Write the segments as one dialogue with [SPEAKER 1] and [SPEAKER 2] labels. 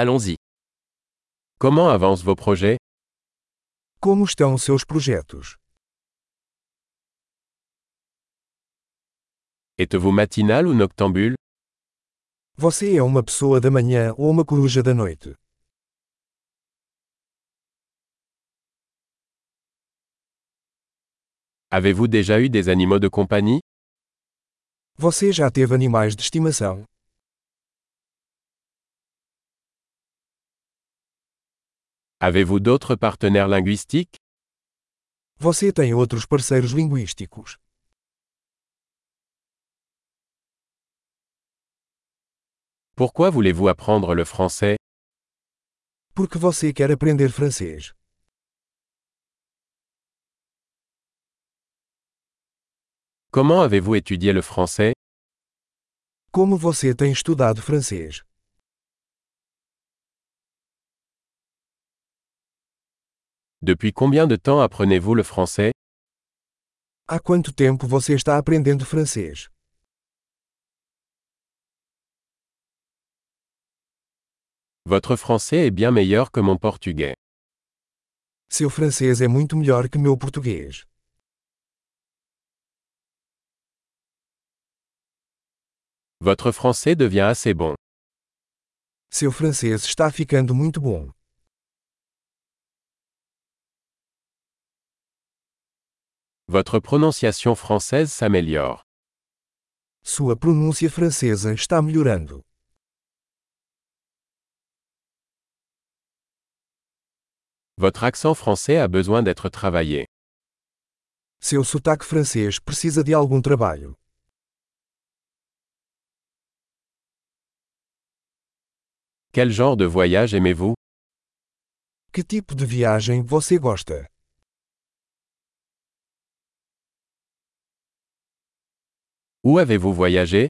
[SPEAKER 1] Allons-y. Comment avancent vos projets
[SPEAKER 2] Como estão seus projetos?
[SPEAKER 1] Êtes-vous matinal ou noctambule
[SPEAKER 2] Você é uma pessoa da manhã ou uma coruja da noite?
[SPEAKER 1] Avez-vous déjà eu des animaux de compagnie
[SPEAKER 2] Você já teve animais de estimação?
[SPEAKER 1] Avez-vous d'autres partenaires linguistiques
[SPEAKER 2] Você tem outros parceiros linguísticos?
[SPEAKER 1] Pourquoi voulez-vous apprendre le français
[SPEAKER 2] Porque você quer aprender francês?
[SPEAKER 1] Comment avez-vous étudié le français
[SPEAKER 2] Como você tem estudado francês?
[SPEAKER 1] Depuis combien de temps apprenez-vous le français
[SPEAKER 2] Há quanto tempo você está aprendendo francês?
[SPEAKER 1] Votre français est bien meilleur que mon portugais.
[SPEAKER 2] Seu francês é muito melhor que meu português.
[SPEAKER 1] Votre français devient assez bon.
[SPEAKER 2] Seu francês está ficando muito bom.
[SPEAKER 1] Votre prononciation française s'améliore.
[SPEAKER 2] Sua pronúncia francesa está melhorando.
[SPEAKER 1] Votre accent français a besoin d'être travaillé.
[SPEAKER 2] Seu sotaque francês precisa de algum trabalho.
[SPEAKER 1] Quel genre de voyage aimez-vous
[SPEAKER 2] Que tipo de viagem você gosta?
[SPEAKER 1] Où avez-vous voyagé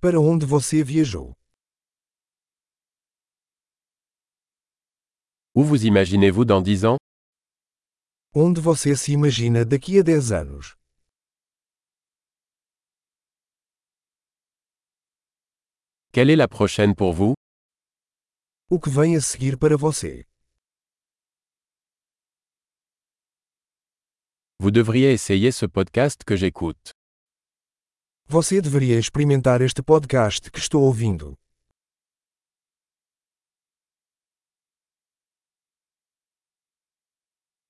[SPEAKER 2] Para onde você viajou?
[SPEAKER 1] Où vous imaginez-vous dans 10 ans
[SPEAKER 2] Onde você se imagina daqui a 10 anos?
[SPEAKER 1] Quelle est la prochaine pour vous
[SPEAKER 2] O que vem a seguir para você?
[SPEAKER 1] Vous devriez essayer ce podcast que j'écoute.
[SPEAKER 2] Você deveria experimentar este podcast que estou ouvindo.